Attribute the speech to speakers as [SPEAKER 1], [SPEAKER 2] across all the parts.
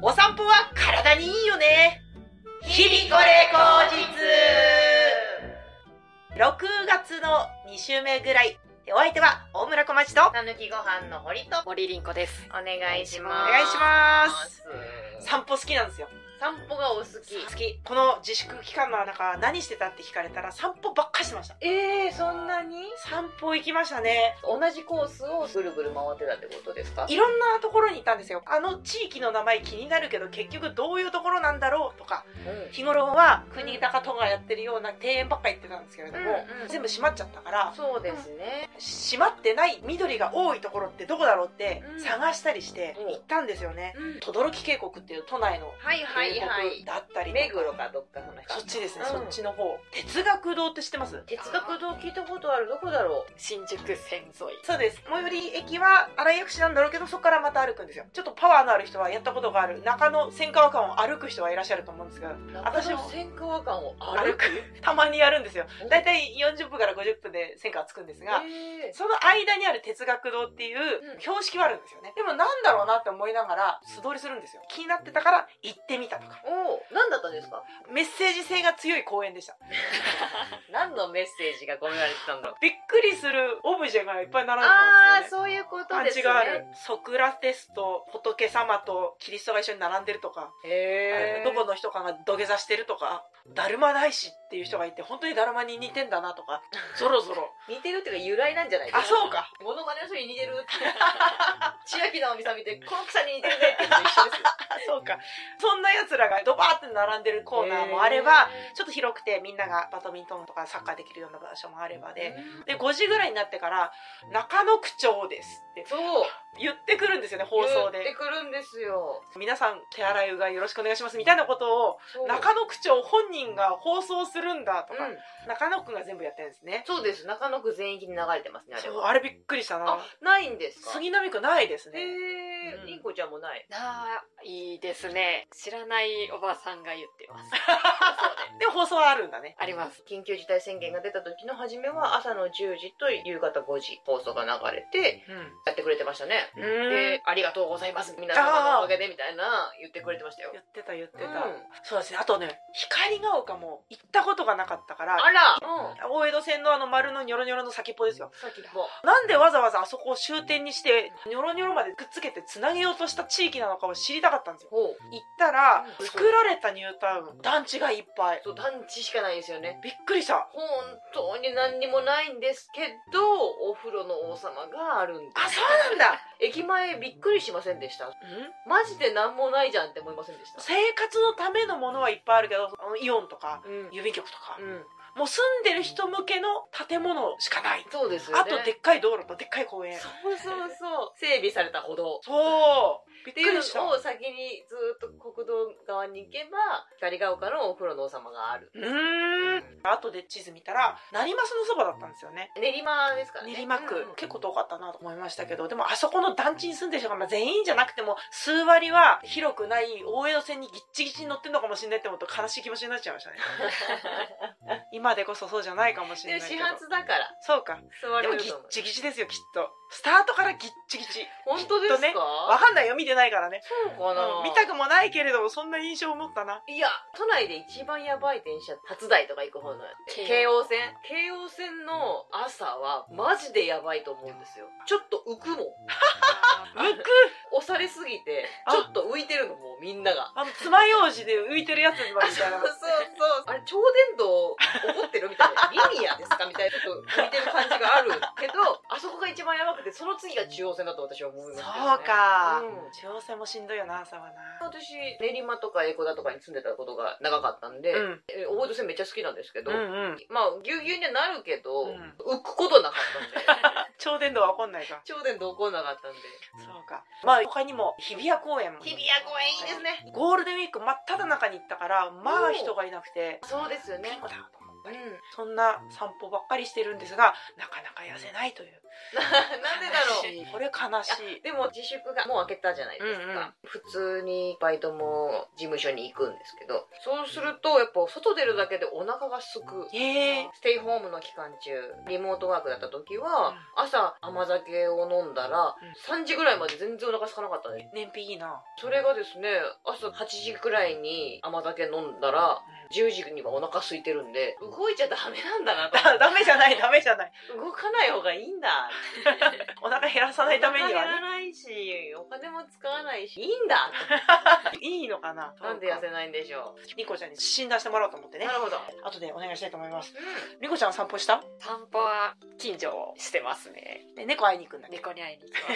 [SPEAKER 1] 歩は体にいいよね。日々これ口実 !6 月の2週目ぐらい。お相手は大村小町とお
[SPEAKER 2] たぬきご飯の堀と
[SPEAKER 3] 森凛子です。
[SPEAKER 2] お願いします。
[SPEAKER 1] 願いします。
[SPEAKER 2] す。
[SPEAKER 1] 散歩好きなんですよ。
[SPEAKER 2] 散歩がお好き。
[SPEAKER 1] 好き。この自粛期間の中何してたって聞かれたら散歩ばっかりしてました。
[SPEAKER 2] ええー、そんなに
[SPEAKER 1] 散歩行きましたね。
[SPEAKER 2] 同じコースをぐるぐる回ってたってことですか
[SPEAKER 1] いろんなところに行ったんですよ。あの地域の名前気になるけど結局どういうところなんだろうとか、
[SPEAKER 2] うん
[SPEAKER 1] 日頃は国高都がやってるような庭園ばっか行ってたんですけれども、
[SPEAKER 2] うんうん
[SPEAKER 1] 全部閉まっちゃったから、
[SPEAKER 2] そうですね。
[SPEAKER 1] 閉まってない緑が多いところってどこだろうって
[SPEAKER 2] うん
[SPEAKER 1] 探したりして
[SPEAKER 2] うん
[SPEAKER 1] 行ったんですよね。
[SPEAKER 2] うん
[SPEAKER 1] 轟渓谷っていう都内の
[SPEAKER 2] はいは
[SPEAKER 1] 渓
[SPEAKER 2] いはい
[SPEAKER 1] 谷。だったりとか
[SPEAKER 2] 目黒かどっかその辺
[SPEAKER 1] そっちですね、
[SPEAKER 2] うん
[SPEAKER 1] そっちの方。哲学堂って知ってます
[SPEAKER 2] 哲学堂聞いたことあるどこだろう
[SPEAKER 3] 新宿線沿い。
[SPEAKER 1] そうです。最寄り駅は荒井薬師なんだろうけど、そこからまた歩くんですよ。ちょっとパワーのある人はやったことがある、中野千川間を歩く人はいらっしゃると思うんですが、私
[SPEAKER 2] 私
[SPEAKER 1] も
[SPEAKER 2] も千川間を歩
[SPEAKER 1] 歩
[SPEAKER 2] く
[SPEAKER 1] く。 たまにやるんですよ。だい
[SPEAKER 2] 体
[SPEAKER 1] たい40分から50分で千川着くんですが、
[SPEAKER 2] え
[SPEAKER 1] その間にある哲学堂っていう
[SPEAKER 2] うん
[SPEAKER 1] 標識はあるんですよね。でもなんだろうなって思いながら素通りするんですよ。気になってたから行ってみたとか。
[SPEAKER 2] ー、おお何だったんですか
[SPEAKER 1] メッセージ性が強い公園でした。
[SPEAKER 2] 何のメッセージが込められてたんだろう
[SPEAKER 1] びっくりするオブジェがいっぱい並んでたん
[SPEAKER 2] あ
[SPEAKER 1] で
[SPEAKER 2] ー
[SPEAKER 1] すよね。
[SPEAKER 2] そういうこと
[SPEAKER 1] パ
[SPEAKER 2] で
[SPEAKER 1] ン
[SPEAKER 2] す
[SPEAKER 1] チ
[SPEAKER 2] ね
[SPEAKER 1] がある。ソクラテスと仏様とキリストが一緒に並んでるとか、
[SPEAKER 2] へえ
[SPEAKER 1] どこの人かが土下座してるとか、だるま大師っていう人がいて、本当にだるまに似てんだなと か、ゾロゾロ。
[SPEAKER 2] 似てるっていうか由来なんじゃない
[SPEAKER 1] あ、そうか。
[SPEAKER 2] モノマネの人に似てるって千秋直美さん見てこの草に似てるねっていうのと一緒ですよ
[SPEAKER 1] あ そうか。そんな奴らがドバーって並んでるコーナーもあれば、ちょっと広くてみんながバドミントンとかサッカーできるような場所もあれば
[SPEAKER 2] へー
[SPEAKER 1] で、で、5時ぐらいになってから、中野区長ですって
[SPEAKER 2] そう
[SPEAKER 1] 言ってくるんですよね、放送
[SPEAKER 2] 言って
[SPEAKER 1] で。
[SPEAKER 2] くるんですよ
[SPEAKER 1] 皆さん手洗いうがいよろしくお願いしますみたいなことを、
[SPEAKER 2] そう
[SPEAKER 1] 中野区長本人が放送するんだとか、
[SPEAKER 2] うん
[SPEAKER 1] 中野区が全部やってるんですね。
[SPEAKER 2] そうです中野区全域に流れてますねあれ
[SPEAKER 1] そう、
[SPEAKER 2] は
[SPEAKER 1] あれびっくりしたな
[SPEAKER 2] あ。ないんですか
[SPEAKER 1] 杉並区ないです
[SPEAKER 2] へ
[SPEAKER 1] ね。
[SPEAKER 2] え
[SPEAKER 1] うん
[SPEAKER 2] りんこちゃんもない
[SPEAKER 3] ああ、いいですね。知らないおばさんが言ってます。
[SPEAKER 1] でも放送はあるんだね。
[SPEAKER 3] あります。
[SPEAKER 2] 緊急事態宣言が出た時の初めは朝の10時と夕方5時放送が流れて
[SPEAKER 1] うん。
[SPEAKER 2] やってくれてましたね
[SPEAKER 1] で
[SPEAKER 2] で、ありがとうございます皆様のおかげでみたいな言ってくれてましたよ
[SPEAKER 1] 言ってた言ってた。
[SPEAKER 2] うん
[SPEAKER 1] そうですね。あとね、光が丘も行ったことがなかったから、
[SPEAKER 2] あらうん
[SPEAKER 1] 大江戸線のあの丸のニョロニョロの先っぽですよ。
[SPEAKER 2] 先っぽ
[SPEAKER 1] なんでわざわざあそこを終点にして、ニョロニョロまでくっつけてつなげようとした地域なのかを知りたかったんですよ。
[SPEAKER 2] ほう
[SPEAKER 1] 行ったら
[SPEAKER 2] う、ん
[SPEAKER 1] 作られたニュータウン、団地がいっぱい。
[SPEAKER 2] そう団地しかないんですよね
[SPEAKER 1] びっくりした。
[SPEAKER 2] 本当に何にもないんですけどお風呂の王様があるんで
[SPEAKER 1] あ、
[SPEAKER 2] す
[SPEAKER 1] そうなんだ。
[SPEAKER 2] 駅前びっくりしませんでしたマジで何もないじゃんって思いませんでした
[SPEAKER 1] 生活のためのものはいっぱいあるけど、あのイオンとか、
[SPEAKER 2] うん、
[SPEAKER 1] 郵便局とか、
[SPEAKER 2] うん、
[SPEAKER 1] もう住んでる人向けの建物しかない。
[SPEAKER 2] そうですよ
[SPEAKER 1] あ
[SPEAKER 2] ね
[SPEAKER 1] と、でっかい道路とでっかい公園。
[SPEAKER 2] そうそうそう整備された歩道
[SPEAKER 1] そう。びっ
[SPEAKER 2] ってい
[SPEAKER 1] く
[SPEAKER 2] う
[SPEAKER 1] りした。
[SPEAKER 2] のを先にずーっと国道側に行けば光が丘のお風呂の王様がある、
[SPEAKER 1] うーん。後で地図見たら、成増のそばだったんですよね。
[SPEAKER 2] 練馬ですからね
[SPEAKER 1] 練馬区、
[SPEAKER 2] うんうん
[SPEAKER 1] 結構遠かったなと思いましたけどでもあそこの団地に住んでる人が、まあ、全員じゃなくても数割は広くない大江戸線にギッチギチに乗ってんのかもしれないって思うと悲しい気持ちになっちゃいましたね今でこそそうじゃないかもし
[SPEAKER 2] で
[SPEAKER 1] れ
[SPEAKER 2] も
[SPEAKER 1] ないけ
[SPEAKER 2] 始
[SPEAKER 1] ど
[SPEAKER 2] 発だから
[SPEAKER 1] そうか
[SPEAKER 2] 座
[SPEAKER 1] で
[SPEAKER 2] れ
[SPEAKER 1] も
[SPEAKER 2] る
[SPEAKER 1] ギ
[SPEAKER 2] と
[SPEAKER 1] ッ
[SPEAKER 2] 思う
[SPEAKER 1] チギチですよきっとスタートからギッチギチ
[SPEAKER 2] 本当ですか、
[SPEAKER 1] きっとねわかんないよ見てないからね、
[SPEAKER 2] そうか
[SPEAKER 1] うん
[SPEAKER 2] な、
[SPEAKER 1] 見たくもないけれどもそんな印象を持った ない
[SPEAKER 2] や都内で一番やばい電車初台とか行く方の京
[SPEAKER 3] 京
[SPEAKER 2] 王
[SPEAKER 3] 王
[SPEAKER 2] 線京王線の朝はマジでやばいと思うんですよちょっと浮くもん
[SPEAKER 1] 浮く
[SPEAKER 2] 押されすぎて
[SPEAKER 1] あ
[SPEAKER 2] ちょっと浮いてるのもうみんなが
[SPEAKER 1] あの爪楊枝で浮いてるやつみ
[SPEAKER 2] あ
[SPEAKER 1] たいな
[SPEAKER 2] そうそうそうあれ超電導怒ってるみたいなリニアですかみたいなちょっと浮いてる感じがあるけど あそこが一番やばくてその次が中央線だと私は思いますけどね
[SPEAKER 1] そうか
[SPEAKER 2] うん
[SPEAKER 1] 中央線もしんどいよな朝はな
[SPEAKER 2] 私練馬とか江古田とかに住んでたことが長かったんで、
[SPEAKER 1] うん
[SPEAKER 2] え大江戸線めっちゃ好きなんですけど、
[SPEAKER 1] うんうん
[SPEAKER 2] まあぎゅうぎゅうにはなるけど、
[SPEAKER 1] うん
[SPEAKER 2] 浮くことなかった んで
[SPEAKER 1] 超電導は怒んないか
[SPEAKER 2] 頂点どこなかったんで
[SPEAKER 1] そうか。まあ他にも日比谷公園も。
[SPEAKER 2] 日比谷公園いいですね、
[SPEAKER 1] ゴールデンウィーク真っ只中に行ったから、まあ人がいなくて、
[SPEAKER 2] そうですよ
[SPEAKER 1] ピン
[SPEAKER 2] ね
[SPEAKER 1] コだと思った
[SPEAKER 2] う
[SPEAKER 1] り。
[SPEAKER 2] ん
[SPEAKER 1] そんな散歩ばっかりしてるんですが、なかなか痩せないという。
[SPEAKER 2] なんでだろう
[SPEAKER 3] 悲しい
[SPEAKER 1] これ悲しい
[SPEAKER 2] でも自粛がもう明けたじゃないですか、
[SPEAKER 1] うんうん
[SPEAKER 2] 普通にバイトも事務所に行くんですけどそうするとやっぱ外出るだけでお腹がすく
[SPEAKER 1] ええ
[SPEAKER 2] ステイホームの期間中リモートワークだった時は朝甘酒を飲んだら3時ぐらいまで全然お腹空かなかったんです
[SPEAKER 1] 燃費いいな、
[SPEAKER 2] それがですね朝8時くらいに甘酒飲んだら10時にはお腹空いてるんで動いちゃダメなん だなと思
[SPEAKER 1] だダメじゃないダメじゃない
[SPEAKER 2] って動かない方がいい んだ
[SPEAKER 1] お腹減らさないためには
[SPEAKER 2] お
[SPEAKER 1] ね
[SPEAKER 2] 腹やらないしお金も使わないしいいんだ
[SPEAKER 1] いいのかな
[SPEAKER 2] なんで痩せないんでしょ
[SPEAKER 1] リコちゃんに診断してもらおうと思って
[SPEAKER 2] う
[SPEAKER 1] ね
[SPEAKER 2] ほど、
[SPEAKER 1] 後でお願いしたいと思います
[SPEAKER 2] う
[SPEAKER 1] リコちゃん散歩した
[SPEAKER 3] 散歩は近所をしてますね
[SPEAKER 1] で猫会いに行くんだね
[SPEAKER 3] 猫に会いに行きま
[SPEAKER 2] ん、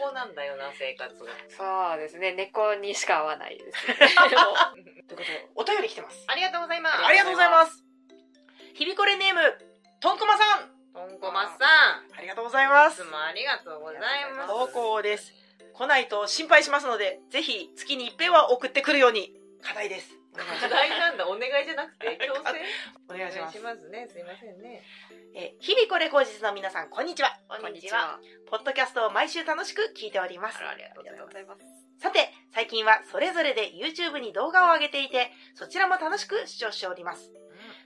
[SPEAKER 2] 老後なんだよな生活が
[SPEAKER 3] すそうですね猫にしか会わないです
[SPEAKER 1] ということでお便り来てます
[SPEAKER 2] ありがとうございます
[SPEAKER 1] ありがとうございますひびこれネームとんこまさん
[SPEAKER 2] とんこまさん
[SPEAKER 1] ありがとうございま
[SPEAKER 2] い
[SPEAKER 1] す
[SPEAKER 2] つもありがとうございます
[SPEAKER 1] 投稿です来ないと心配しますのでぜひ月に一遍は送ってくるように課題です
[SPEAKER 2] 課題なんだお願いじゃなくて強制
[SPEAKER 1] お願いします
[SPEAKER 2] ますねすいませんね
[SPEAKER 1] えー日々これ口実の皆さんこんにちは
[SPEAKER 2] こ
[SPEAKER 3] こ
[SPEAKER 2] ん
[SPEAKER 3] ん
[SPEAKER 2] に
[SPEAKER 3] に
[SPEAKER 2] ち
[SPEAKER 3] ち
[SPEAKER 2] は
[SPEAKER 3] は
[SPEAKER 1] ポッドキャストを毎週楽しく聞いております
[SPEAKER 2] あらありがとうございます
[SPEAKER 3] ざいます
[SPEAKER 1] さて最近はそれぞれで YouTube に動画を上げていてそちらも楽しく視聴しております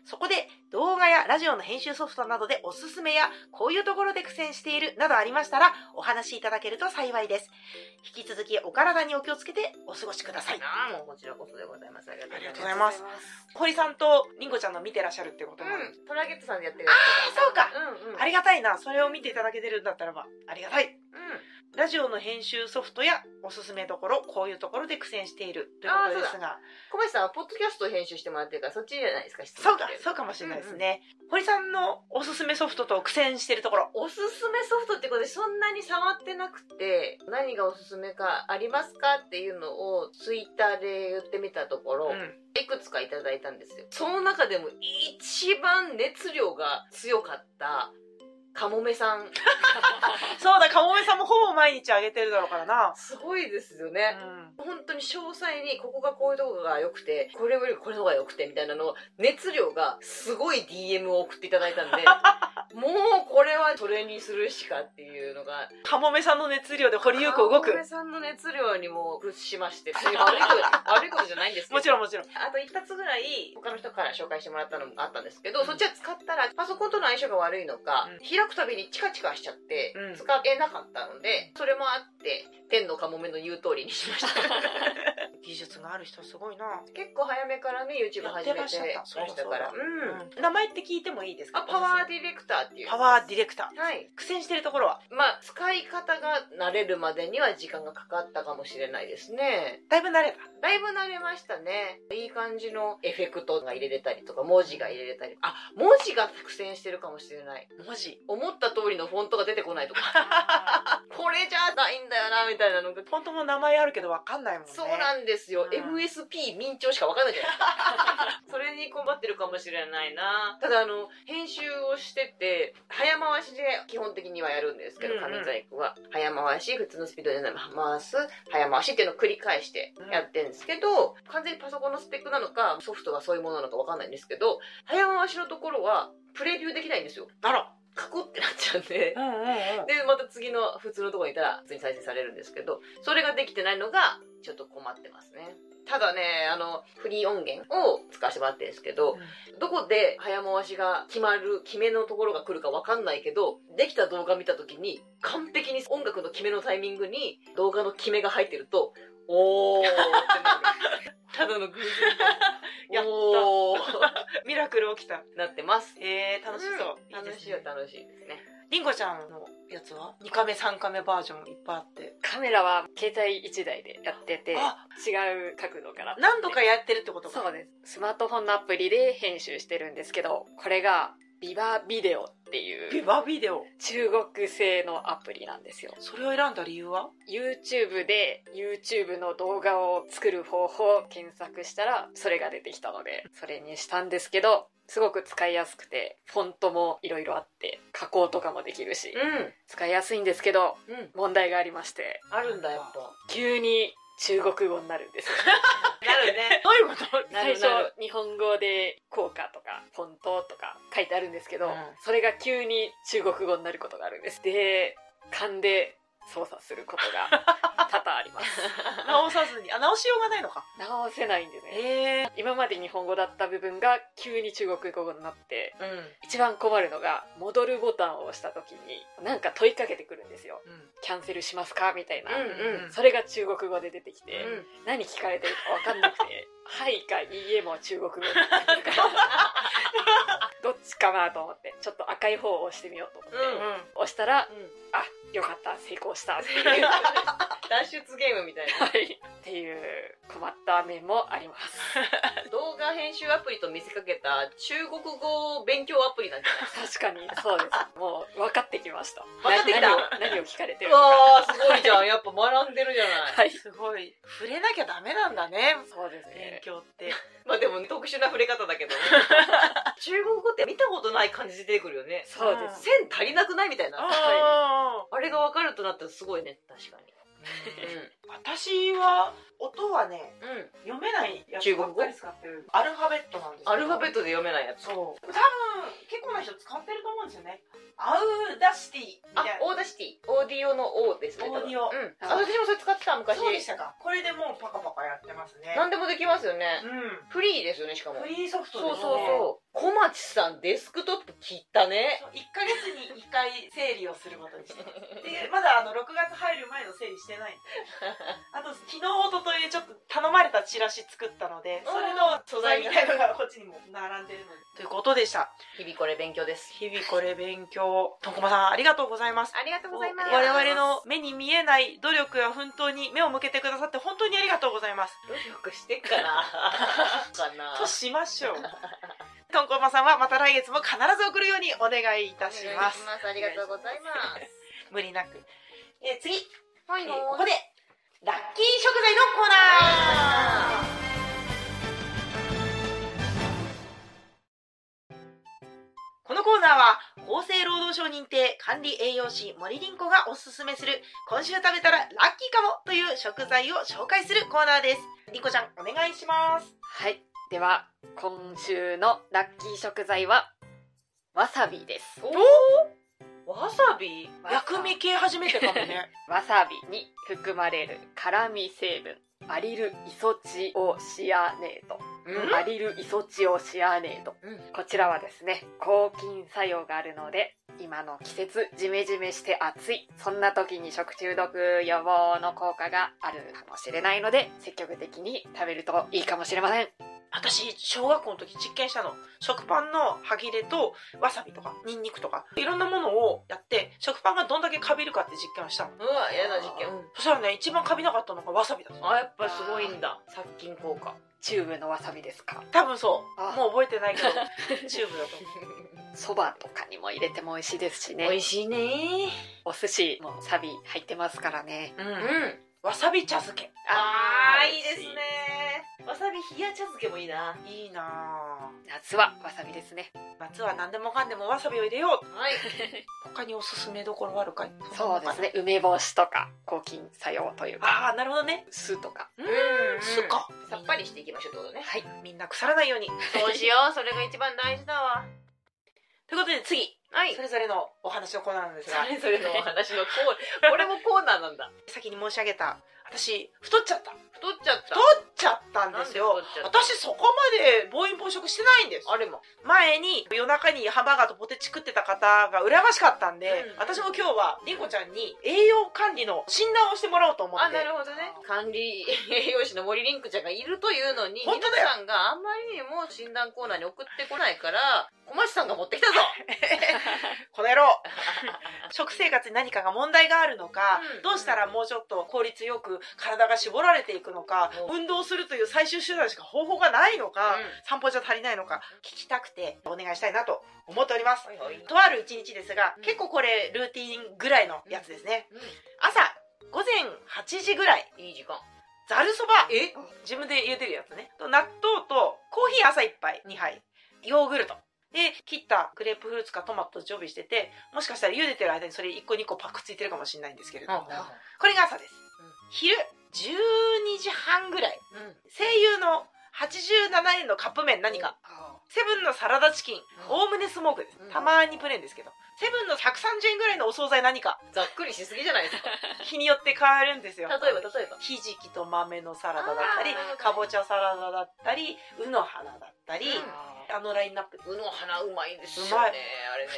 [SPEAKER 1] そこで動画やラジオの編集ソフトなどでおすすめやこういうところで苦戦しているなどありましたらお話しいただけると幸いです引き続きお体にお気をつけてお過ごしください
[SPEAKER 2] ああもうこちらこそでございますありがとう
[SPEAKER 1] ありがと
[SPEAKER 2] ご
[SPEAKER 1] うござ
[SPEAKER 2] ざい
[SPEAKER 1] い
[SPEAKER 2] ます
[SPEAKER 1] ます堀さんとりんごちゃんの見てらっしゃるってことなので、
[SPEAKER 2] うんトラゲットさんでやってるああ
[SPEAKER 1] そうか
[SPEAKER 2] うんうん
[SPEAKER 1] ありがたいなそれを見ていただけてるんだったらばありがたい
[SPEAKER 2] うん
[SPEAKER 1] ラジオの編集ソフトやおすすめところこういうところで苦戦しているということですが
[SPEAKER 2] 小林さんはポッドキャストを編集してもらってるからそっちじゃないですか質
[SPEAKER 1] そう
[SPEAKER 2] 問
[SPEAKER 1] か
[SPEAKER 2] 来てる
[SPEAKER 1] そうかもしれないですね、堀さんのおすすめソフトと苦戦しているところ
[SPEAKER 2] おすすめソフトってことでそんなに触ってなくて何がおすすめかありますかっていうのをツイッターで言ってみたところ、
[SPEAKER 1] うん
[SPEAKER 2] いくつかいただいたんですよその中でも一番熱量が強かったカモメさん
[SPEAKER 1] そうだかもめさんもほぼ毎日あげてるだろうからな、
[SPEAKER 2] すごいですよね、
[SPEAKER 1] うん
[SPEAKER 2] 本当に詳細にここがこういうとこが良くてこれよりこれの方が良くてみたいなのを熱量がすごい DM を送っていただいた んでもうこれはそれにするしかっていうのが
[SPEAKER 1] かもめさんの熱量で堀ゆく動く
[SPEAKER 2] 川上さんの熱量にも屈しまして別に悪いこと悪いことじゃないんですけど
[SPEAKER 1] もちろんもちろん
[SPEAKER 2] あと一つぐらい他の人から紹介してもらったのもあったんですけど、そっちは使ったらパソコンとの相性が悪いのか、
[SPEAKER 1] うん
[SPEAKER 2] 開くたびにチカチカしちゃって
[SPEAKER 1] うん
[SPEAKER 2] 使えなかったので、それもあって天のカモメの言う通りにしました
[SPEAKER 1] 技術がある人はすごいな、
[SPEAKER 2] 結構早めからね YouTube 始めてまし
[SPEAKER 1] やってらっしゃった
[SPEAKER 2] たからうん
[SPEAKER 1] うん名前って聞いてもいいですか
[SPEAKER 2] あパワーディレクターっていう
[SPEAKER 1] パワーディレクター
[SPEAKER 2] はい
[SPEAKER 1] 苦戦しているところは
[SPEAKER 2] まあ使い方が慣れるまでには時間がかかったかもしれないですね
[SPEAKER 1] だいぶ慣れた
[SPEAKER 2] だいぶ慣れましたね。いい感じのエフェクトが入れれたりとか、文字が入れれたり。あ、文字が苦戦してるかもしれない。
[SPEAKER 1] 文字
[SPEAKER 2] 思った通りのフォントが出てこないとか。 これじゃないんだよな、みたいなのが。
[SPEAKER 1] フォントも名前あるけどわかんないもんね
[SPEAKER 2] そうなんですよ。
[SPEAKER 1] うん
[SPEAKER 2] MSP 民調しかわかんないじゃないです か。それに困ってるかもしれないな。ただ、あの、編集をしてて、早回しで基本的にはやるんですけど、
[SPEAKER 1] うんうん
[SPEAKER 2] 紙細工は。早回し、普通のスピードで回す、早回しっていうのを繰り返してやってるんですけど、完全にパソコンのスペックなのか、ソフトがそういうものなのかわかんないんですけど、早回しのところは、プレビューできないんですよ。
[SPEAKER 1] あら
[SPEAKER 2] カコってなっちゃうんで。
[SPEAKER 1] うんうんうん
[SPEAKER 2] でまた次の普通のところにいたら普通に再生されるんですけどそれができてないのがちょっと困ってますねただねあのフリー音源を使わせてもらってるんですけど、どこで早回しが決まる決めのところが来るか分かんないけどできた動画見た時に完璧に音楽の決めのタイミングに動画の決めが入ってるとおーって なるただの偶然
[SPEAKER 1] やった
[SPEAKER 2] おー
[SPEAKER 1] ミラクル起きた
[SPEAKER 2] なってます
[SPEAKER 1] えー、楽しそう、
[SPEAKER 2] ん
[SPEAKER 1] いいで
[SPEAKER 2] 楽し
[SPEAKER 1] す
[SPEAKER 2] いは
[SPEAKER 1] ね
[SPEAKER 2] 楽しいですね
[SPEAKER 1] りんごちゃんのやつは2カメ3カメバージョンいっぱいあって
[SPEAKER 3] カメラは携帯1台でやってて
[SPEAKER 1] あ
[SPEAKER 3] 違う角度から
[SPEAKER 1] 何度かやってるってことか
[SPEAKER 3] そうですスマートフォンのアプリで編集してるんですけどこれがビバビデオってい
[SPEAKER 1] ビ
[SPEAKER 3] う
[SPEAKER 1] バビデオ
[SPEAKER 3] 中国製のアプリなんですよ
[SPEAKER 1] それを選んだ理由は
[SPEAKER 3] YouTube で YouTube の動画を作る方法を検索したらそれが出てきたのでそれにしたんですけどすごく使いやすくてフォントもいろいろあって加工とかもできるし
[SPEAKER 2] う
[SPEAKER 3] 使いやすいんですけど
[SPEAKER 2] んうん
[SPEAKER 3] 問題がありまして
[SPEAKER 2] あるんだやっぱ
[SPEAKER 3] 急に中国語になるんですよ
[SPEAKER 1] なるね。どういうこと
[SPEAKER 2] な
[SPEAKER 3] 最
[SPEAKER 2] る
[SPEAKER 3] 初
[SPEAKER 2] なる
[SPEAKER 3] 日本語で効果とかフォントとか書いてあるんですけど、
[SPEAKER 1] うん
[SPEAKER 3] それが急に中国語になることがあるんですで勘で操作することが多々あり ます
[SPEAKER 1] 直さずに。あ、直しようがないのか。
[SPEAKER 3] 直せないんですね
[SPEAKER 1] ええ
[SPEAKER 3] 今まで日本語だった部分が急に中国語になって
[SPEAKER 2] うん
[SPEAKER 3] 一番困るのが戻るボタンを押した時になんか問いかけてくるんですよキャンセルしますかみたいな、
[SPEAKER 2] うんうん
[SPEAKER 3] それが中国語で出てきて、
[SPEAKER 2] うん
[SPEAKER 3] 何聞かれてるか分かんなく て「はい」か「いいえ」も中国語になってるからどっちかなと思ってちょっと赤い方を押してみようと思って、
[SPEAKER 2] うん
[SPEAKER 3] 押したら
[SPEAKER 1] うん。うん。
[SPEAKER 3] 「あよかった成功した」っていう
[SPEAKER 2] 脱出ゲームみたいな
[SPEAKER 3] はいっていう困った面もあります
[SPEAKER 2] 動画編集アプリと見せかけた中国語勉強アプリなんじゃない
[SPEAKER 3] 確かにそうですもう分かってきました
[SPEAKER 2] 分かってきた
[SPEAKER 3] な何を何を聞かれてる
[SPEAKER 2] う
[SPEAKER 3] のか
[SPEAKER 2] わーすごいじゃんやっぱ学んでるじゃない
[SPEAKER 3] はい
[SPEAKER 1] すごい。触れなきゃダメなんだね。
[SPEAKER 3] そうです
[SPEAKER 1] 勉
[SPEAKER 3] ね
[SPEAKER 1] 強って。
[SPEAKER 2] まあでも、特殊な触れ方だけどね中国語って見たことない感じで出てくるよね
[SPEAKER 3] そうです
[SPEAKER 2] 線足りなくないみたいな
[SPEAKER 1] あ
[SPEAKER 2] あれが分かるとなったらすごいね確かに
[SPEAKER 1] あ。私は、音はね、
[SPEAKER 2] うん、
[SPEAKER 1] 読
[SPEAKER 2] うん、
[SPEAKER 1] めないやつばっかり使ってる。アルファベットなんですけど
[SPEAKER 2] アルファベットで読めないやつ
[SPEAKER 1] そう。多分、結構な人使ってると思うんですよね。アウダシティみたいな。
[SPEAKER 2] オーダーシティオーディオの O ですね
[SPEAKER 1] オーディオ
[SPEAKER 2] 多分うん、あ私もそれ使ってた昔
[SPEAKER 1] そうでしたか。これでもうパカパカやってますね。
[SPEAKER 2] 何でもできますよね
[SPEAKER 1] う
[SPEAKER 2] フリーですよねしか
[SPEAKER 1] ん。
[SPEAKER 2] も
[SPEAKER 1] フリーソフト
[SPEAKER 2] そう
[SPEAKER 1] ですね。
[SPEAKER 2] そうそう小町さんデスクトップ切ったね
[SPEAKER 1] そう1ヶ月に1回整理をすることにしてでまだあの6月入る前の整理して ないんであと昨日おとといでちょっと頼まれたチラシ作ったのでそれの素材みたいのがこっちにも並んでるのでということでした
[SPEAKER 2] 日々これ勉強です
[SPEAKER 1] 日々これ勉強とんこまさんありがとうございます
[SPEAKER 2] ありがとうございます
[SPEAKER 1] 我々の目に見えない努力や奮闘に目を向けてくださって本当にありがとうございます
[SPEAKER 2] 努力してっかなかな
[SPEAKER 1] としましょうとんこまさんはまた来月も必ず送るようにお願いいたし
[SPEAKER 2] お願
[SPEAKER 1] ま
[SPEAKER 2] い
[SPEAKER 1] す
[SPEAKER 2] しますありがとうございます
[SPEAKER 1] 無理なく、えー次
[SPEAKER 2] はい
[SPEAKER 1] えー
[SPEAKER 2] の
[SPEAKER 1] ここでラッキー食材のコーナーこのコーナーは厚生労働省認定管理栄養士森凛子がおすすめする今週食べたらラッキーかもという食材を紹介するコーナーです凛子ちゃんお願いします
[SPEAKER 3] はいでは今週のラッキー食材はわさびです
[SPEAKER 2] おわさび
[SPEAKER 1] 薬味系初めてかもね
[SPEAKER 3] わさびに含まれる辛味成分アリルイソチオシアネート
[SPEAKER 2] うん
[SPEAKER 3] アリルイソチオシアネート、
[SPEAKER 2] うん
[SPEAKER 3] こちらはですね抗菌作用があるので今の季節ジメジメして暑いそんな時に食中毒予防の効果があるかもしれないので積極的に食べるといいかもしれません
[SPEAKER 1] 私小学校の時実験したの食パンの歯切れとわさびとかニンニクとかいろんなものをやって食パンがどんだけカビるかって実験をしたの
[SPEAKER 2] うわ嫌な実験
[SPEAKER 1] そしたらね一番カビなかったのがわさびだった
[SPEAKER 2] あやっぱすごいんだ殺菌効 果
[SPEAKER 3] チューブのわさびですか
[SPEAKER 1] 多分そ
[SPEAKER 3] あ
[SPEAKER 1] うもう覚えてない けどチューブだと思う
[SPEAKER 3] そばとかにも入れても美味しいですし
[SPEAKER 2] 美
[SPEAKER 3] ね
[SPEAKER 2] 味しいね
[SPEAKER 3] お寿司もサビ入ってますからね
[SPEAKER 1] う
[SPEAKER 2] うん
[SPEAKER 1] ん、わさび茶漬け
[SPEAKER 2] あーいいです
[SPEAKER 3] 美味し
[SPEAKER 2] ねわさび冷や茶漬けもいいない
[SPEAKER 1] いなあ
[SPEAKER 3] 夏はわさびですね
[SPEAKER 1] 夏は何でもかんでもわさびを入れよう
[SPEAKER 2] はい
[SPEAKER 1] 他におすすめどころあるかい
[SPEAKER 3] そうですね梅干しとか抗菌作用というか
[SPEAKER 1] ああなるほどね
[SPEAKER 3] 酢とか
[SPEAKER 1] う
[SPEAKER 2] うん
[SPEAKER 1] すっか
[SPEAKER 2] さっぱりしていきましょうってことね
[SPEAKER 3] はい
[SPEAKER 1] みんな腐らないように
[SPEAKER 2] そうしようそれが一番大事だわ
[SPEAKER 1] ということで次
[SPEAKER 2] はい
[SPEAKER 1] それぞれのお話のコーナーなんですが
[SPEAKER 2] それぞれのお話のコー ナーこれもコーナーなんだ
[SPEAKER 1] 先に申し上げた私太っちゃった太
[SPEAKER 2] 太っちゃった
[SPEAKER 1] っちゃったんです
[SPEAKER 2] なん
[SPEAKER 1] よ
[SPEAKER 2] で太っちゃった
[SPEAKER 1] 私そこまで暴飲暴食してないんです
[SPEAKER 2] あれも
[SPEAKER 1] 前に夜中にハンバーガーとポテチ食ってた方が羨ましかったんで、
[SPEAKER 2] うん
[SPEAKER 1] 私も今日はりんこちゃんに栄養管理の診断をしてもらおうと思って
[SPEAKER 2] あなるほどね管理栄養士の森リンクちゃんがいるというのに
[SPEAKER 1] 本当だ
[SPEAKER 2] 皆
[SPEAKER 1] よ
[SPEAKER 2] さんがあんまりにも診断コーナーに送ってこないから小町さんが持ってきたぞ、
[SPEAKER 1] この 野郎食生活に何かが問題があるのか、
[SPEAKER 2] うん
[SPEAKER 1] どうしたらもうちょっと効率よく体が絞られていくのか、
[SPEAKER 2] う
[SPEAKER 1] 運動するという最終手段しか方法がないのか、
[SPEAKER 2] うん
[SPEAKER 1] 散歩じゃ足りないのか聞きたくてお願いしたいなと思っております
[SPEAKER 2] はいはい
[SPEAKER 1] とある一日ですが、
[SPEAKER 2] うん
[SPEAKER 1] 結構これルーティンぐらいのやつですね、
[SPEAKER 2] う
[SPEAKER 1] 朝午前8時ぐらい
[SPEAKER 2] んいい時間
[SPEAKER 1] ざるそば
[SPEAKER 2] え
[SPEAKER 1] 自分で茹でるやつねと納豆とコーヒー朝1杯2杯ヨーグルトで切ったグレープフルーツかトマトを常備しててもしかしたら茹でてる間にそれ1個2個パックついてるかもしれないんですけれども
[SPEAKER 2] あ
[SPEAKER 1] これが朝です、昼12時半ぐらい声優の87円のカップ麺何かセブンのサラダチキンおおむねスモークです
[SPEAKER 2] うん
[SPEAKER 1] たまにプレーンですけどセブンの130円ぐらいのお惣菜何か
[SPEAKER 2] ざっくりしすぎじゃないですか
[SPEAKER 1] 日によって変わるんですよ
[SPEAKER 2] 例えば例えば
[SPEAKER 1] ひじきと豆のサラダだったり
[SPEAKER 2] あーはいはい
[SPEAKER 1] かぼちゃサラダだったりうの花だったり、
[SPEAKER 2] うん
[SPEAKER 1] あのラインナップ
[SPEAKER 2] うの花うまいですよね
[SPEAKER 1] うまい
[SPEAKER 2] あれね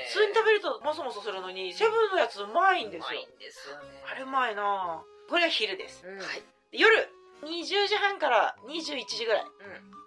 [SPEAKER 1] 普通に食べるともそもそするのにセブンのやつうまいんです
[SPEAKER 2] うま
[SPEAKER 1] よ
[SPEAKER 2] いんですよね
[SPEAKER 1] あれうまいなぁこれは昼です
[SPEAKER 2] うん
[SPEAKER 3] はい
[SPEAKER 1] 夜20時半から21時ぐらい
[SPEAKER 2] うん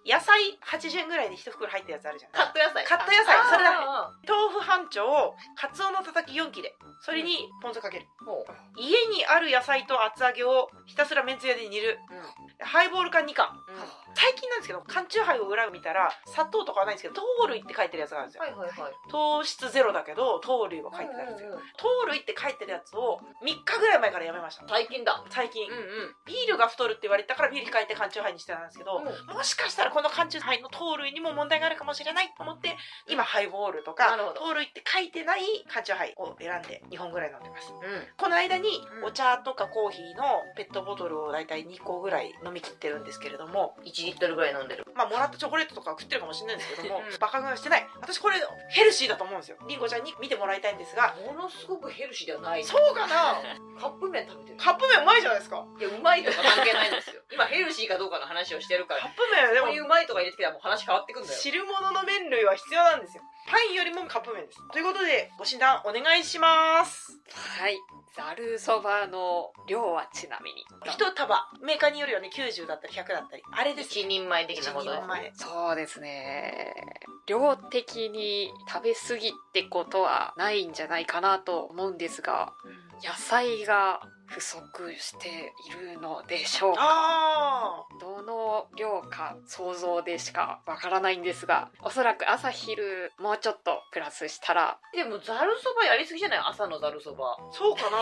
[SPEAKER 1] 野菜80円ぐらいで一袋入ったやつあるじゃない
[SPEAKER 2] カット野菜
[SPEAKER 1] カット野菜それだ
[SPEAKER 2] あ
[SPEAKER 1] 豆腐半丁をカツオのたたき4切れそれにポン酢かける
[SPEAKER 2] ーほう
[SPEAKER 1] 家にある野菜と厚揚げをひたすらめんつゆで煮る
[SPEAKER 2] うん
[SPEAKER 1] ハイボール缶2缶
[SPEAKER 2] うんは
[SPEAKER 1] 最近なんですけど缶チューハイを裏見たら砂糖とかはないんですけど糖類って書いてるやつがあるんですよ
[SPEAKER 2] いはいはい
[SPEAKER 1] 糖質ゼロだけど糖類は書いてないんですよ
[SPEAKER 2] うんうん
[SPEAKER 1] 糖
[SPEAKER 2] うん
[SPEAKER 1] 類って書いてるやつを3日ぐらい前からやめました
[SPEAKER 2] 最近だ
[SPEAKER 1] 最近、
[SPEAKER 2] うんうん
[SPEAKER 1] ビールが太るって言われたからビール控えて缶チューハイにしてたんですけど、もしかしたらこの缶チューハイの糖類にも問題があるかもしれないと思って今ハイボールとか
[SPEAKER 2] なるほど
[SPEAKER 1] 糖類って書いてない缶チューハイを選んで2本ぐらい飲んでます
[SPEAKER 2] うん
[SPEAKER 1] この間に
[SPEAKER 2] うん
[SPEAKER 1] お茶とかコーヒーのペットボトルを大体2個ぐらい飲み切ってるんですけれども
[SPEAKER 2] 1リットルぐらい飲んでる
[SPEAKER 1] まあもらったチョコレートとかは食ってるかもしれないんですけども、
[SPEAKER 2] うん
[SPEAKER 1] バカ食いはしてない私これヘルシーだと思うんですよりんごちゃんに見てもらいたいんですが
[SPEAKER 2] ものすごくヘルシーではない
[SPEAKER 1] そうかな
[SPEAKER 2] カップ麺食べてる
[SPEAKER 1] カップ麺うまいじゃないですか
[SPEAKER 2] いやうまいとか関係ないんですよ今ヘルシーかどうかの話をしてるから
[SPEAKER 1] カップ麺で
[SPEAKER 2] こ
[SPEAKER 1] も
[SPEAKER 2] ういううまいとか入れてきたらもう話変わってくんだよ
[SPEAKER 1] 汁物の麺類は必要なんですよパインよりもカップ麺ですということでご診断お願いします
[SPEAKER 3] はいざるそばの量はちなみに
[SPEAKER 1] 一束メーカーによるよね90だったり100だったりあれです
[SPEAKER 2] 一人前的
[SPEAKER 1] 一
[SPEAKER 2] なこと
[SPEAKER 1] 人前
[SPEAKER 3] そうですね量的に食べ過ぎってことはないんじゃないかなと思うんですが野菜が不足しているのでしょうか
[SPEAKER 1] あ
[SPEAKER 3] どの量か想像でしかわからないんですがおそらく朝昼もうちょっとプラスしたら
[SPEAKER 2] でもざるそばやりすぎじゃない朝のざるそば
[SPEAKER 1] ーそうかな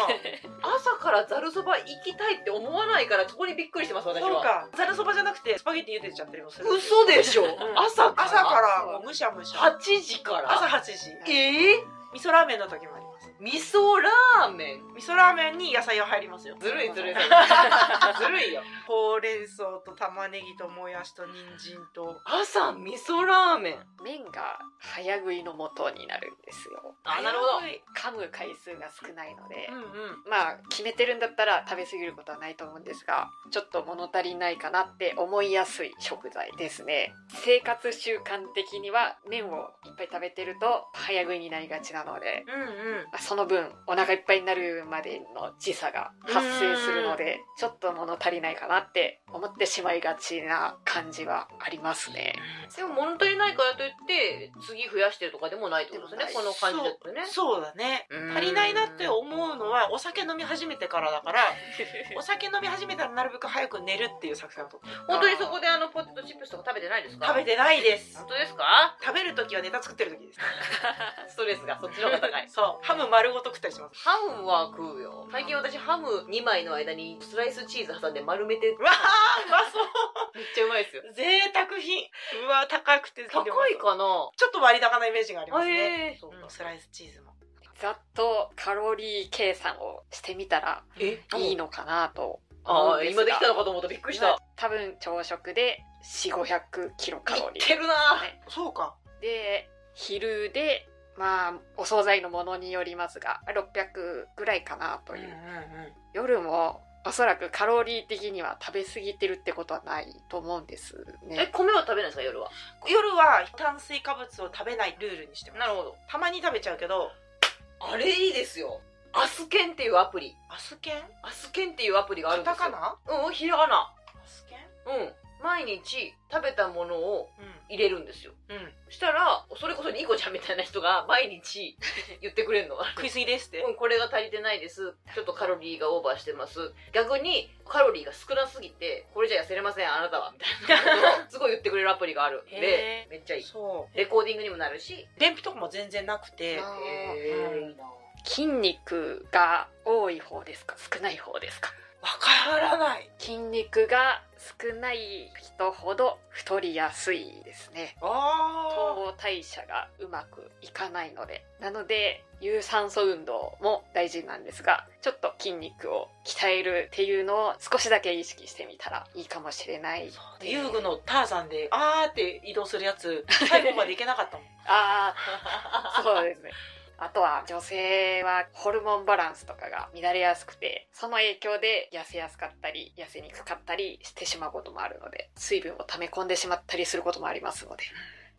[SPEAKER 2] 朝からざるそば行きたいって思わないからそこにびっくりして ます私は
[SPEAKER 1] そうかざるそばじゃなくてスパゲッティ茹でちゃったりもする
[SPEAKER 2] 嘘でしょ
[SPEAKER 1] ん
[SPEAKER 2] 朝から
[SPEAKER 1] 朝からもうむしゃむしゃ
[SPEAKER 2] 8時から
[SPEAKER 1] 朝8時
[SPEAKER 2] えー、
[SPEAKER 1] 味噌ラーメンの時もあります
[SPEAKER 2] 味噌ラーメン
[SPEAKER 1] 味噌ラーメンに野菜は入りますよ
[SPEAKER 2] ずるい ずるいずるいよ
[SPEAKER 1] ほうれん草と玉ねぎともやしと人参と
[SPEAKER 2] 朝味噌ラーメン
[SPEAKER 3] 麺が早食いの元になるんですよ
[SPEAKER 2] あなるほど
[SPEAKER 3] 噛む回数が少ないので
[SPEAKER 1] うんうん
[SPEAKER 3] まあ決めてるんだったら食べ過ぎることはないと思うんですがちょっと物足りないかなって思いやすい食材ですね生活習慣的には麺をいっぱい食べてると早食いになりがちなので
[SPEAKER 1] うんうん
[SPEAKER 3] まあその分お腹いっぱいになるまでの時差が発生するのでちょっと物足りないかなって思ってしまいがちな感じはありますね
[SPEAKER 2] でも物足りないからといって次増やしてるとかでもないってことですね
[SPEAKER 3] で
[SPEAKER 2] こ
[SPEAKER 3] もな
[SPEAKER 2] の感じだとね
[SPEAKER 1] そうだね足りないなって思うのはお酒飲み始めてからだ からお酒飲み始めたらなるべく早く寝るっていう作戦をとって
[SPEAKER 2] 本当にそこであのポテトチップスとか食べてないですか
[SPEAKER 1] 食べてないです
[SPEAKER 2] 本当ですか
[SPEAKER 1] 食べる時はネタ作ってる時です
[SPEAKER 2] ストレスがそっちの方が高い
[SPEAKER 1] そうハム丸ごと食ったりします
[SPEAKER 2] ハムは食うよ最近私ハム2枚の間にスライスチーズ挟んで丸めて
[SPEAKER 1] うわーうまそ
[SPEAKER 2] めっちゃうまいですよ
[SPEAKER 1] う贅沢品うわー高くて
[SPEAKER 2] 高いかな
[SPEAKER 1] ちょっと割高なイメージがありますね、
[SPEAKER 2] えー
[SPEAKER 1] うん、スライスチーズも
[SPEAKER 3] ざっとカロリー計算をしてみたら
[SPEAKER 2] え
[SPEAKER 3] いいのかなと
[SPEAKER 2] あ
[SPEAKER 3] 思
[SPEAKER 2] あ
[SPEAKER 3] うんですが
[SPEAKER 2] 今できたのかと思ったびっくりした
[SPEAKER 3] 多分朝食で4500キロカロ
[SPEAKER 2] い
[SPEAKER 3] リ
[SPEAKER 2] っ
[SPEAKER 3] ー
[SPEAKER 2] てるな
[SPEAKER 1] そうか
[SPEAKER 3] で昼でまあお惣菜のものによりますが600ぐらいかなという、夜もおそらくカロリー的には食べ過ぎてるってことはないと思うんです
[SPEAKER 2] え
[SPEAKER 3] ね
[SPEAKER 2] 米は食べないですか夜は
[SPEAKER 1] 夜は炭水化物を食べないルールにしてます
[SPEAKER 2] なるほど
[SPEAKER 1] たまに食べちゃうけど
[SPEAKER 2] あれいいですよアスケンっていうアプリ
[SPEAKER 1] アスケン
[SPEAKER 2] アスケンっていうアプリがある
[SPEAKER 1] カ
[SPEAKER 2] んで
[SPEAKER 1] タ
[SPEAKER 2] すよ
[SPEAKER 1] カナ
[SPEAKER 2] うんひらがな
[SPEAKER 1] アスケ
[SPEAKER 2] うん毎日食べたものを
[SPEAKER 1] ン
[SPEAKER 2] 入れるんですよ
[SPEAKER 1] うんうん
[SPEAKER 2] したらそれこそニコちゃんみたいな人が毎日言ってくれるの
[SPEAKER 1] 食いすぎですって
[SPEAKER 2] うん、これが足りてないです。ちょっとカロリーがオーバーしてます。逆に、カロリーが少なすぎて、これじゃ痩せれません、あなたは。みたいなことを、すごい言ってくれるアプリがあるん
[SPEAKER 1] へ
[SPEAKER 2] で、めっちゃいい。
[SPEAKER 1] そ
[SPEAKER 2] レコーディングにもなるし。
[SPEAKER 1] う便秘とかも全然なくて
[SPEAKER 3] あ
[SPEAKER 2] へーいいな
[SPEAKER 3] 筋肉が多い方ですか少ない方ですか
[SPEAKER 1] からない
[SPEAKER 3] 筋肉が少ない人ほど太りやすいですね
[SPEAKER 1] あ
[SPEAKER 3] 統合代謝がうまくいかないのでなので有酸素運動も大事なんですがちょっと筋肉を鍛えるっていうのを少しだけ意識してみたらいいかもしれない
[SPEAKER 1] あ遊具のターザンであーって移動するや つ最後までいけなかったもん
[SPEAKER 3] ああそうですねあとは女性はホルモンバランスとかが乱れやすくてその影響で痩せやすかったり痩せにくかったりしてしまうこともあるので水分を溜め込んでしまったりすることもありますので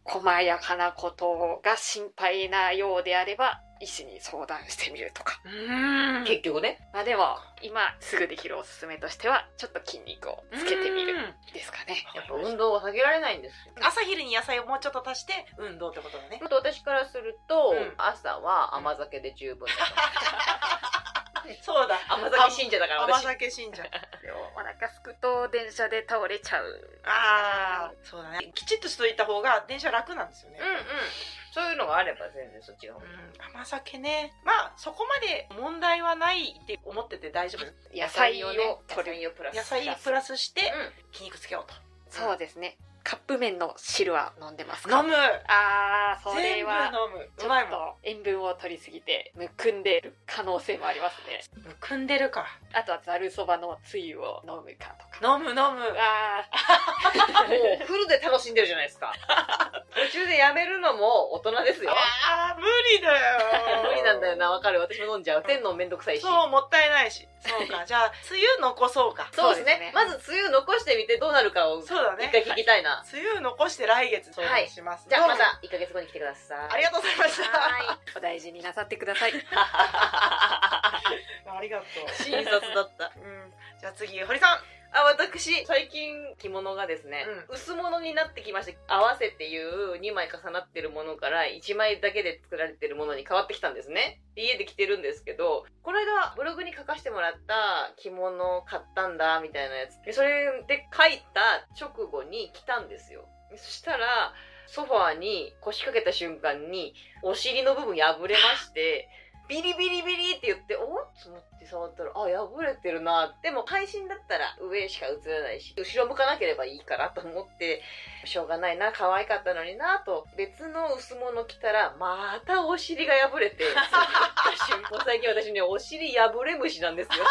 [SPEAKER 3] 細やかなことが心配なようであれば医師に相談してみるとか
[SPEAKER 1] うーん
[SPEAKER 2] 結局ね
[SPEAKER 3] まあでも今すぐできるおすすめとしてはちょっと筋肉をつけてみる
[SPEAKER 1] うん
[SPEAKER 3] ですかね
[SPEAKER 2] やっぱ運動は避けられないんですよ
[SPEAKER 1] 朝昼に野菜をもうちょっと足して運動ってことだね
[SPEAKER 2] ちょっと私からすると、
[SPEAKER 1] うん
[SPEAKER 2] 朝は甘酒で十分だ
[SPEAKER 1] そうだ
[SPEAKER 2] と思う甘酒信者だから
[SPEAKER 1] 甘
[SPEAKER 2] 私
[SPEAKER 1] 酒信者
[SPEAKER 3] でもお腹すくと電車で倒れちゃう
[SPEAKER 1] ああそうだねきちっとしといた方が電車楽なんですよね
[SPEAKER 2] うんうんそういうのがあれば全然そっちの方が
[SPEAKER 1] うん甘酒ねまあそこまで問題はないって思ってて大丈夫です
[SPEAKER 3] 野菜を
[SPEAKER 2] 野菜を,、
[SPEAKER 3] 取る
[SPEAKER 2] プラス
[SPEAKER 1] 野菜プラスして
[SPEAKER 2] うん
[SPEAKER 1] 筋肉つけようと
[SPEAKER 3] そうですね。カップ麺の汁は飲んでますか
[SPEAKER 1] 飲む
[SPEAKER 3] ああ、それ
[SPEAKER 1] 全部
[SPEAKER 3] は、
[SPEAKER 1] 飲む
[SPEAKER 3] ちょ
[SPEAKER 1] う
[SPEAKER 3] っ
[SPEAKER 1] まいもん
[SPEAKER 3] と塩分を取りすぎて、むくんでる可能性もありますね。
[SPEAKER 1] むくんでるか
[SPEAKER 3] あとはざるそばのつゆを飲むかとか。
[SPEAKER 1] 飲む飲む
[SPEAKER 3] あ
[SPEAKER 2] もうフルで楽しんでるじゃないですか途中でやめるのも大人ですよ
[SPEAKER 1] あー無理だよ
[SPEAKER 2] 無理なんだよなわかる私も飲んじゃう天のめんどくさいし
[SPEAKER 1] そうもったいないしそう かじゃあ梅雨残そうか
[SPEAKER 2] そうですね
[SPEAKER 3] そうですね
[SPEAKER 2] まず梅雨残してみてどうなるかを一
[SPEAKER 1] そうだね
[SPEAKER 2] 回聞きたいな、
[SPEAKER 1] 梅雨残して来月相談します、
[SPEAKER 2] じゃあ
[SPEAKER 1] どう
[SPEAKER 2] ま
[SPEAKER 1] も
[SPEAKER 2] た1ヶ月後に来てください
[SPEAKER 1] ありがとうございました
[SPEAKER 2] は
[SPEAKER 3] あ、お大事になさってく ださい。
[SPEAKER 1] ありがと
[SPEAKER 2] ーい診察だった
[SPEAKER 1] う、うん、じゃあ次堀さん
[SPEAKER 2] あ私最近着物がですね、薄物になってきまして合わせっていう2枚重なってるものから1枚だけで作られてるものに変わってきたんですねで家で着てるんですけどこの間ブログに書かせてもらった着物を買ったんだみたいなやつでそれで書いた直後に来たんですよそしたらソファーに腰掛けた瞬間にお尻の部分破れましてビリビリビリって言って、おっと思って触ったら、あ、破れてるな。でも配信だったら上しか映らないし、後ろ向かなければいいからと思って、しょうがないな、可愛かったのになと、別の薄物着たら、またお尻が破れて、もう最近私ね、お尻破れ虫なんですよ。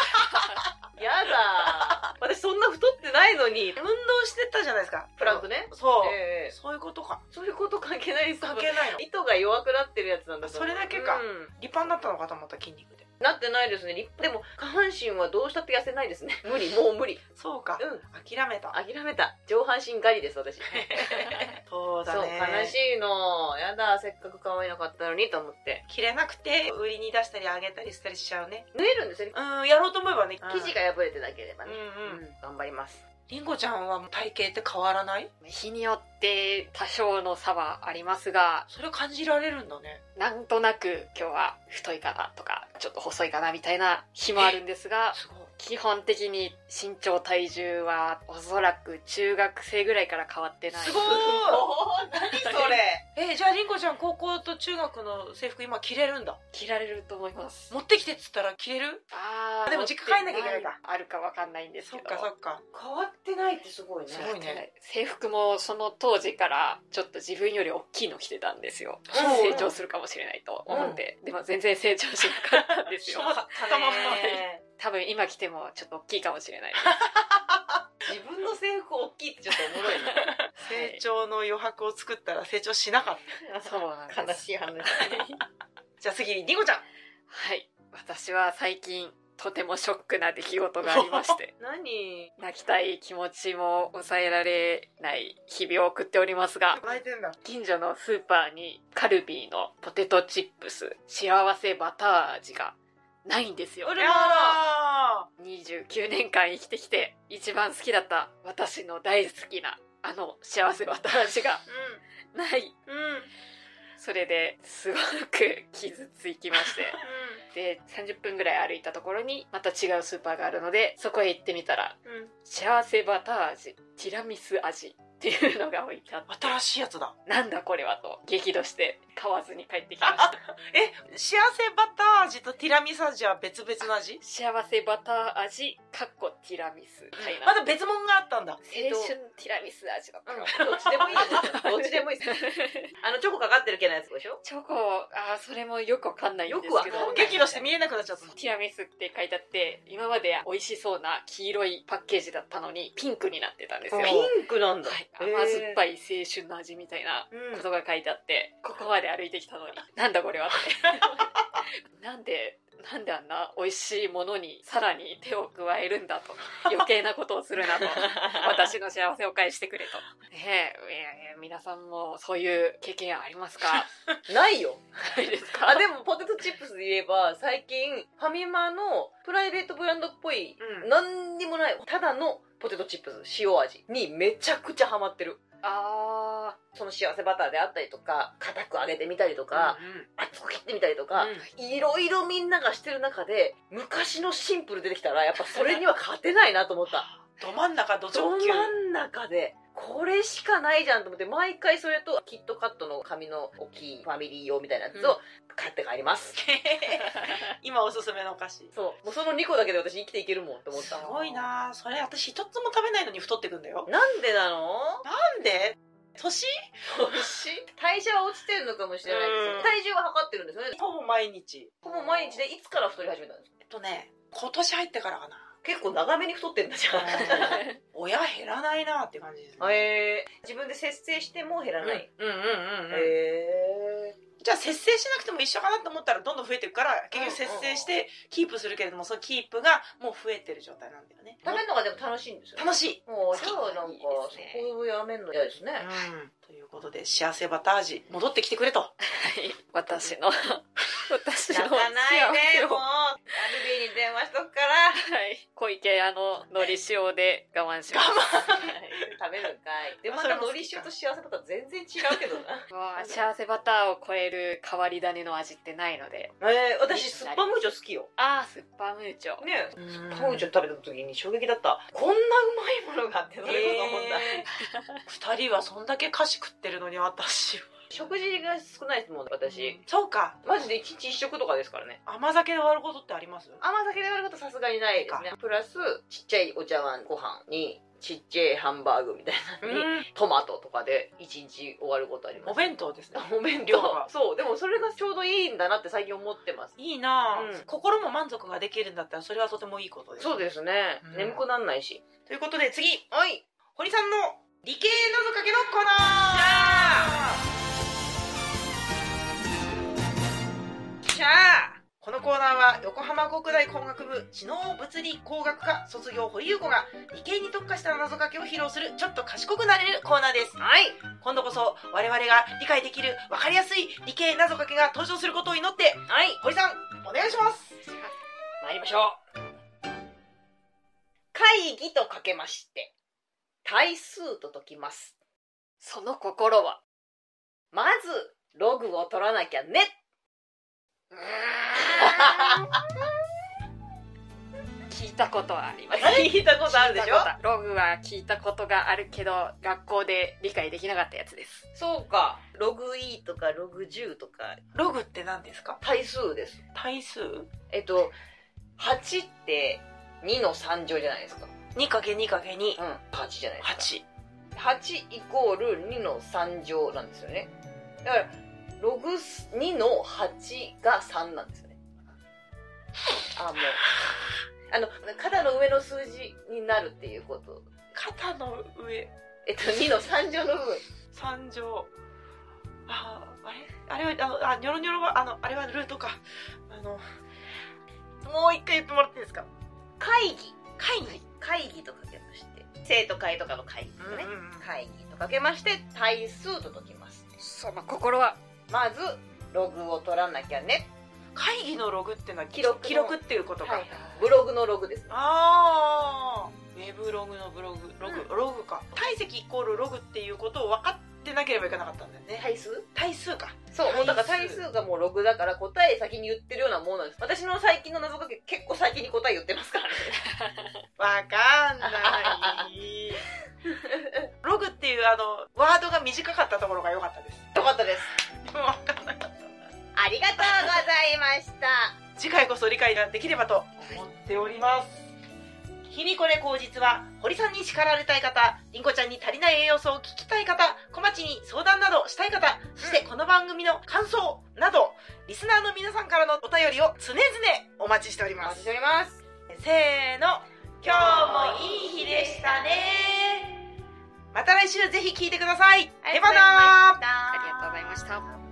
[SPEAKER 2] やだ。私そんな太ってないのに、
[SPEAKER 1] 運動してたじゃないですか
[SPEAKER 2] プランクね。
[SPEAKER 1] そう、
[SPEAKER 2] ええ
[SPEAKER 1] そういうことか
[SPEAKER 2] そういうこと関係ないです。
[SPEAKER 1] 関係ないの
[SPEAKER 2] 糸が弱くなってるやつなんだと思う
[SPEAKER 1] それだけか
[SPEAKER 2] うん
[SPEAKER 1] 立派になったのかと思った筋肉で
[SPEAKER 2] なってないですね立派でも下半身はどうしたって痩せないですね無理もう無理
[SPEAKER 1] そうか
[SPEAKER 2] うん
[SPEAKER 1] 諦めた
[SPEAKER 2] 諦めた上半身狩りです 私
[SPEAKER 1] そうだ
[SPEAKER 2] そう
[SPEAKER 1] ね
[SPEAKER 2] 悲しいのやだせっかく可愛なかったのにと思って
[SPEAKER 1] 着れなくて売りに出したりあげたりしたりしちゃうね
[SPEAKER 2] 縫えるんですよね
[SPEAKER 1] うんやろうと思えばね
[SPEAKER 2] 生地が破れてなければ
[SPEAKER 1] うん
[SPEAKER 2] ね、
[SPEAKER 1] うん、
[SPEAKER 2] うん頑張ります
[SPEAKER 1] りんごちゃんはもう体型って変わらない
[SPEAKER 3] 日によって多少の差はありますが、
[SPEAKER 1] それ感じられるんだね
[SPEAKER 3] なんとなく今日は太いかなとか、ちょっと細いかなみたいな日もあるんですが、
[SPEAKER 1] すごい
[SPEAKER 3] 基本的に身長体重はおそらく中学生ぐらいから変わってない
[SPEAKER 1] すごい
[SPEAKER 2] 何そ
[SPEAKER 1] それえじゃありんごちゃん高校と中学の制服今着れるんだ
[SPEAKER 3] 着られると思います
[SPEAKER 1] 持ってきてっつったら着れる
[SPEAKER 3] あ
[SPEAKER 1] あ
[SPEAKER 3] あ
[SPEAKER 1] でも実家帰んなきゃいけないか
[SPEAKER 3] あるかわかんないんです
[SPEAKER 1] そ
[SPEAKER 3] け
[SPEAKER 1] っ
[SPEAKER 3] ど
[SPEAKER 1] かそっか
[SPEAKER 2] 変わってないってすごいね
[SPEAKER 1] すごいね
[SPEAKER 3] 制服もその当時からちょっと自分より大きいの着てたんですよ
[SPEAKER 1] そう
[SPEAKER 3] 成長するかもしれないと思って、でも全然成長しなかったんです
[SPEAKER 1] し
[SPEAKER 3] よ
[SPEAKER 1] なかった
[SPEAKER 2] 頭
[SPEAKER 1] ね
[SPEAKER 2] も
[SPEAKER 3] 多分今着てもちょっと大きいかもしれな いです
[SPEAKER 2] 自分の制服大きいってちょっとおもろい ね
[SPEAKER 1] 成長の余白を作ったら成長しなかった
[SPEAKER 3] そうなんです
[SPEAKER 2] 悲しい話
[SPEAKER 1] じゃあ次りんごちゃん
[SPEAKER 3] はい私は最近とてもショックな出来事がありまして
[SPEAKER 2] 何
[SPEAKER 3] 泣きたい気持ちも抑えられない日々を送っておりますが
[SPEAKER 1] 泣いてんだ
[SPEAKER 3] 近所のスーパーにカルビーのポテトチップス幸せバター味がないんですよ
[SPEAKER 1] あ
[SPEAKER 2] あ
[SPEAKER 1] ら
[SPEAKER 2] ら
[SPEAKER 3] 29年間生きてきて一番好きだった私の大好きなあの幸せバター味がない
[SPEAKER 1] うんうん
[SPEAKER 3] それですごく傷つき ましてで30分ぐらい歩いたところにまた違うスーパーがあるのでそこへ行ってみたら
[SPEAKER 1] うんうん
[SPEAKER 3] 幸せバター味ティラミス味っていうのが置いてあって
[SPEAKER 1] 新しいやつだ
[SPEAKER 3] なんだこれはと激怒して買わずに帰ってきました
[SPEAKER 1] え幸せバター味とティラミス味は別々の味
[SPEAKER 3] 幸せバター味かっこティラミスみたいな、
[SPEAKER 1] まだ別物があったんだ
[SPEAKER 3] 青春ティラミス味だった
[SPEAKER 2] うん
[SPEAKER 3] の、
[SPEAKER 2] どっちでもいいです どっちでもいいですあのチョコかかってる系のやつでしょ
[SPEAKER 3] チョコあーそれもよくわかんないんですけ
[SPEAKER 2] よ
[SPEAKER 3] ど
[SPEAKER 2] くわかんない
[SPEAKER 1] 激怒して見えなくなっちゃった
[SPEAKER 3] ティラミスって書いてあって今まで美味しそうな黄色いパッケージだったのにピンクになってたんですよ、
[SPEAKER 1] うん
[SPEAKER 3] は
[SPEAKER 2] ピ
[SPEAKER 3] い、
[SPEAKER 2] ンクなんだ、
[SPEAKER 3] 甘酸っぱ
[SPEAKER 2] い、
[SPEAKER 3] い青春の味みたいな
[SPEAKER 2] うん
[SPEAKER 3] ことが書いてあってここまで歩いてきた のになんだこれはって なんでなんであんな美味しいものにさらに手を加えるんだと余計なことをするなと 私の幸せを返してくれと。ねえいやいや、皆さんもそういう経験あります か
[SPEAKER 2] ないよ
[SPEAKER 3] ないですか
[SPEAKER 2] あでもポテトチップスで言えば最近ファミマのプライベートブランドっぽい、
[SPEAKER 1] うん
[SPEAKER 2] 何にもないただのポテトチップス塩味にめちゃくちゃハマってる
[SPEAKER 3] あ
[SPEAKER 2] その幸せバターであったりとか固く揚げてみたりとか、厚く切ってみたりとか、いろいろみんながしてる中で昔のシンプル出てきたらやっぱそれには勝てないなと思った
[SPEAKER 1] ど真ん中ど
[SPEAKER 2] ど
[SPEAKER 1] 直球
[SPEAKER 2] 真ん中でこれしかないじゃんと思って毎回それとキットカットの紙の大きいファミリー用みたいなやつ
[SPEAKER 3] うん
[SPEAKER 2] を買って帰ります、
[SPEAKER 1] 今おすすめのお菓子
[SPEAKER 2] そうもうその2個だけで私生きていけるもんと思っ
[SPEAKER 1] す
[SPEAKER 2] た
[SPEAKER 1] ごいなそれ私一つも食べないのに太ってくんだよ
[SPEAKER 2] なんでなの
[SPEAKER 1] なんで年
[SPEAKER 2] 代謝は落ちてるのかもしれないです
[SPEAKER 1] う
[SPEAKER 2] よ
[SPEAKER 1] ん
[SPEAKER 2] 体重は測ってるんですよね
[SPEAKER 1] ほぼ毎日
[SPEAKER 2] ほぼ毎日でいつから太り始めたんですか
[SPEAKER 1] えっとね今年入ってからかな
[SPEAKER 2] 結構長めに太ってんだじゃん
[SPEAKER 1] 親減らないなって感じですね、
[SPEAKER 2] えー、自分で節制しても減ら
[SPEAKER 1] うん
[SPEAKER 2] ない、
[SPEAKER 1] うんうんうんうん
[SPEAKER 2] え
[SPEAKER 1] じゃあ節制しなくても一緒かなと思ったらどんどん増えていくから結局節制し
[SPEAKER 2] うん
[SPEAKER 1] てキープするけれどもそのキープがもう増えてる状態なんだよね
[SPEAKER 2] ー、食べるのがでも楽しいんですよね
[SPEAKER 1] 楽しい、
[SPEAKER 2] もう
[SPEAKER 3] 好き
[SPEAKER 2] じゃあなんか
[SPEAKER 3] いいですね
[SPEAKER 2] そこをやめんの嫌ですね、
[SPEAKER 1] ということで幸せバター味戻ってきてくれと
[SPEAKER 3] はい私の私の
[SPEAKER 2] 泣かないで
[SPEAKER 3] 幸せを
[SPEAKER 2] もうアルビーに電話しとくから
[SPEAKER 3] はい、小池屋ののり塩で我慢します
[SPEAKER 2] 食べるんかいでも
[SPEAKER 1] それ
[SPEAKER 2] なん
[SPEAKER 1] も好
[SPEAKER 2] かのり
[SPEAKER 1] きか
[SPEAKER 2] 塩と幸せバター全然違うけどな
[SPEAKER 3] わあ幸せバターを超える変わり種の味ってないので
[SPEAKER 2] えー、私スッパムーチョ好きよ
[SPEAKER 3] ああスッパムーチョ
[SPEAKER 2] ねえ
[SPEAKER 1] うん
[SPEAKER 2] スッパムーチョ食べた時に衝撃だったこんなうまいものがあってそれこそ思っ
[SPEAKER 1] えー、
[SPEAKER 2] た、
[SPEAKER 1] 2人はそんだけ菓子食ってるのに私は
[SPEAKER 2] 食事が少ないですもん私
[SPEAKER 1] そうか
[SPEAKER 2] マジで一日一食とかですからね
[SPEAKER 1] 甘酒で割ることってあります
[SPEAKER 2] 甘酒で割ることさすがにないですねプラスちっちゃいお茶碗ご飯にちっちゃいハンバーグみたいなのに、トマトとかで一日終わることあります
[SPEAKER 1] お弁当ですね
[SPEAKER 2] お弁
[SPEAKER 1] 量が
[SPEAKER 2] 当そうでもそれがちょうどいいんだなって最近思ってます
[SPEAKER 1] いいなあ、
[SPEAKER 2] うん
[SPEAKER 1] 心も満足ができるんだったらそれはとてもいいことです
[SPEAKER 2] そうですね、
[SPEAKER 1] うん
[SPEAKER 2] 眠くなんないし
[SPEAKER 1] ということで次
[SPEAKER 2] はい
[SPEAKER 1] 堀さんの理系のぞかけのコーナーしゃあこのコーナーは横浜国大工学部知能物理工学科卒業堀優子が理系に特化した謎かけを披露するちょっと賢くなれるコーナーです
[SPEAKER 2] はい
[SPEAKER 1] 今度こそ我々が理解できる分かりやすい理系謎かけが登場することを祈って
[SPEAKER 2] はい
[SPEAKER 1] 堀さんお願いします
[SPEAKER 2] 参りましょう会議とかけまして対数と解きます
[SPEAKER 3] その心は
[SPEAKER 2] まずログを取らなきゃね
[SPEAKER 3] 聞いたことはあります
[SPEAKER 2] 聞いたことあるでしょ
[SPEAKER 3] 聞いたことログは聞いたことがあるけど学校で理解できなかったやつです
[SPEAKER 2] そうかログ E とかログ10とか
[SPEAKER 1] ログって何ですか
[SPEAKER 2] 対数です
[SPEAKER 1] 対数
[SPEAKER 2] えっと8って2の3乗じゃないですか
[SPEAKER 1] 2×2×2
[SPEAKER 2] うん8じゃないですか
[SPEAKER 1] 8
[SPEAKER 2] 8イコール2の3乗なんですよねだからログ2の8が3なんですよねあも うあの肩の上の数字になるっていうこと
[SPEAKER 1] 肩の上
[SPEAKER 2] えっと2の3乗の部分
[SPEAKER 1] 三乗あああれあれはあのあニョロニョロはあのあれはルートかあのもう一回言ってもらっていいですか
[SPEAKER 2] 会議
[SPEAKER 1] 会
[SPEAKER 2] はい
[SPEAKER 1] 議、
[SPEAKER 2] 会議とかけまして生徒会とかの会議ですね、
[SPEAKER 1] はい
[SPEAKER 2] 会議とかけまして対数と解きます
[SPEAKER 3] その心は
[SPEAKER 2] まずログを取らなきゃね
[SPEAKER 1] 会議のログっていうのは
[SPEAKER 2] 記録の
[SPEAKER 1] 記録っていうことか、
[SPEAKER 2] はいブログのログです
[SPEAKER 1] ああウェブログのブログログ、
[SPEAKER 2] う
[SPEAKER 1] ログか体積イコールログっていうことを分かってなければいけなかったんだよね
[SPEAKER 2] 対数
[SPEAKER 1] 対数か
[SPEAKER 2] そう、もうだから
[SPEAKER 1] 対
[SPEAKER 2] 対
[SPEAKER 1] 数
[SPEAKER 2] 数がもうログだから答え先に言ってるようなものなんです。私の最近の謎かけ結構先に答え言ってますからね。
[SPEAKER 1] わかんない ログっていういうあのワードが短かったところが良かったです
[SPEAKER 2] よかったです
[SPEAKER 1] でも分かんなかったんだ
[SPEAKER 2] ありがとうございました
[SPEAKER 1] 次回こそ理解ができればと思っております。日々これ口実は、堀さんに叱られたい方、りんごちゃんに足りない栄養素を聞きたい方、小町に相談などしたい方、そしてこの番組の感想など、リスナーの皆さんからのお便りを常々お待ちしており
[SPEAKER 2] お
[SPEAKER 1] ま
[SPEAKER 2] 待ちし
[SPEAKER 1] す
[SPEAKER 2] て。おります
[SPEAKER 1] せーの、今日もいい日でしたね。また来週ぜひ聞いてください。
[SPEAKER 2] あり
[SPEAKER 1] エ
[SPEAKER 2] が
[SPEAKER 1] バ
[SPEAKER 2] とうござ
[SPEAKER 1] ナ
[SPEAKER 2] い
[SPEAKER 1] ー
[SPEAKER 2] ました
[SPEAKER 3] ありがとうございました。